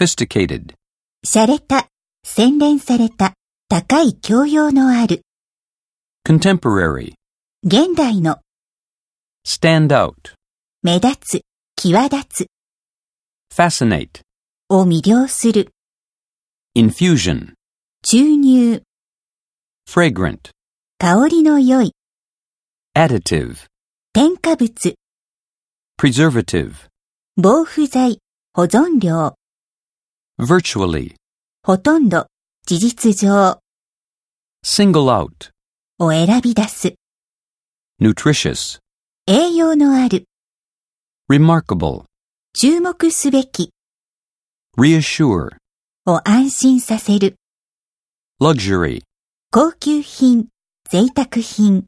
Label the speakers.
Speaker 1: sophisticated,
Speaker 2: 洒落た、洗練された、高い教養のある、
Speaker 1: contemporary,
Speaker 2: 現代の、
Speaker 1: stand out,
Speaker 2: 目立つ、際立つ、
Speaker 1: fascinate,
Speaker 2: を魅了する、
Speaker 1: infusion,
Speaker 2: 注入、
Speaker 1: fragrant,
Speaker 2: 香りの良い、
Speaker 1: additive,
Speaker 2: 添加物、
Speaker 1: preservative,
Speaker 2: 防腐剤、保存料、
Speaker 1: virtually,
Speaker 2: ほとんど、事実上、
Speaker 1: single out,
Speaker 2: を選び出す、
Speaker 1: nutritious,
Speaker 2: 栄養のある、
Speaker 1: remarkable,
Speaker 2: 注目すべき、
Speaker 1: reassure,
Speaker 2: を安心させる、
Speaker 1: luxury.
Speaker 2: 高級品、贅沢品。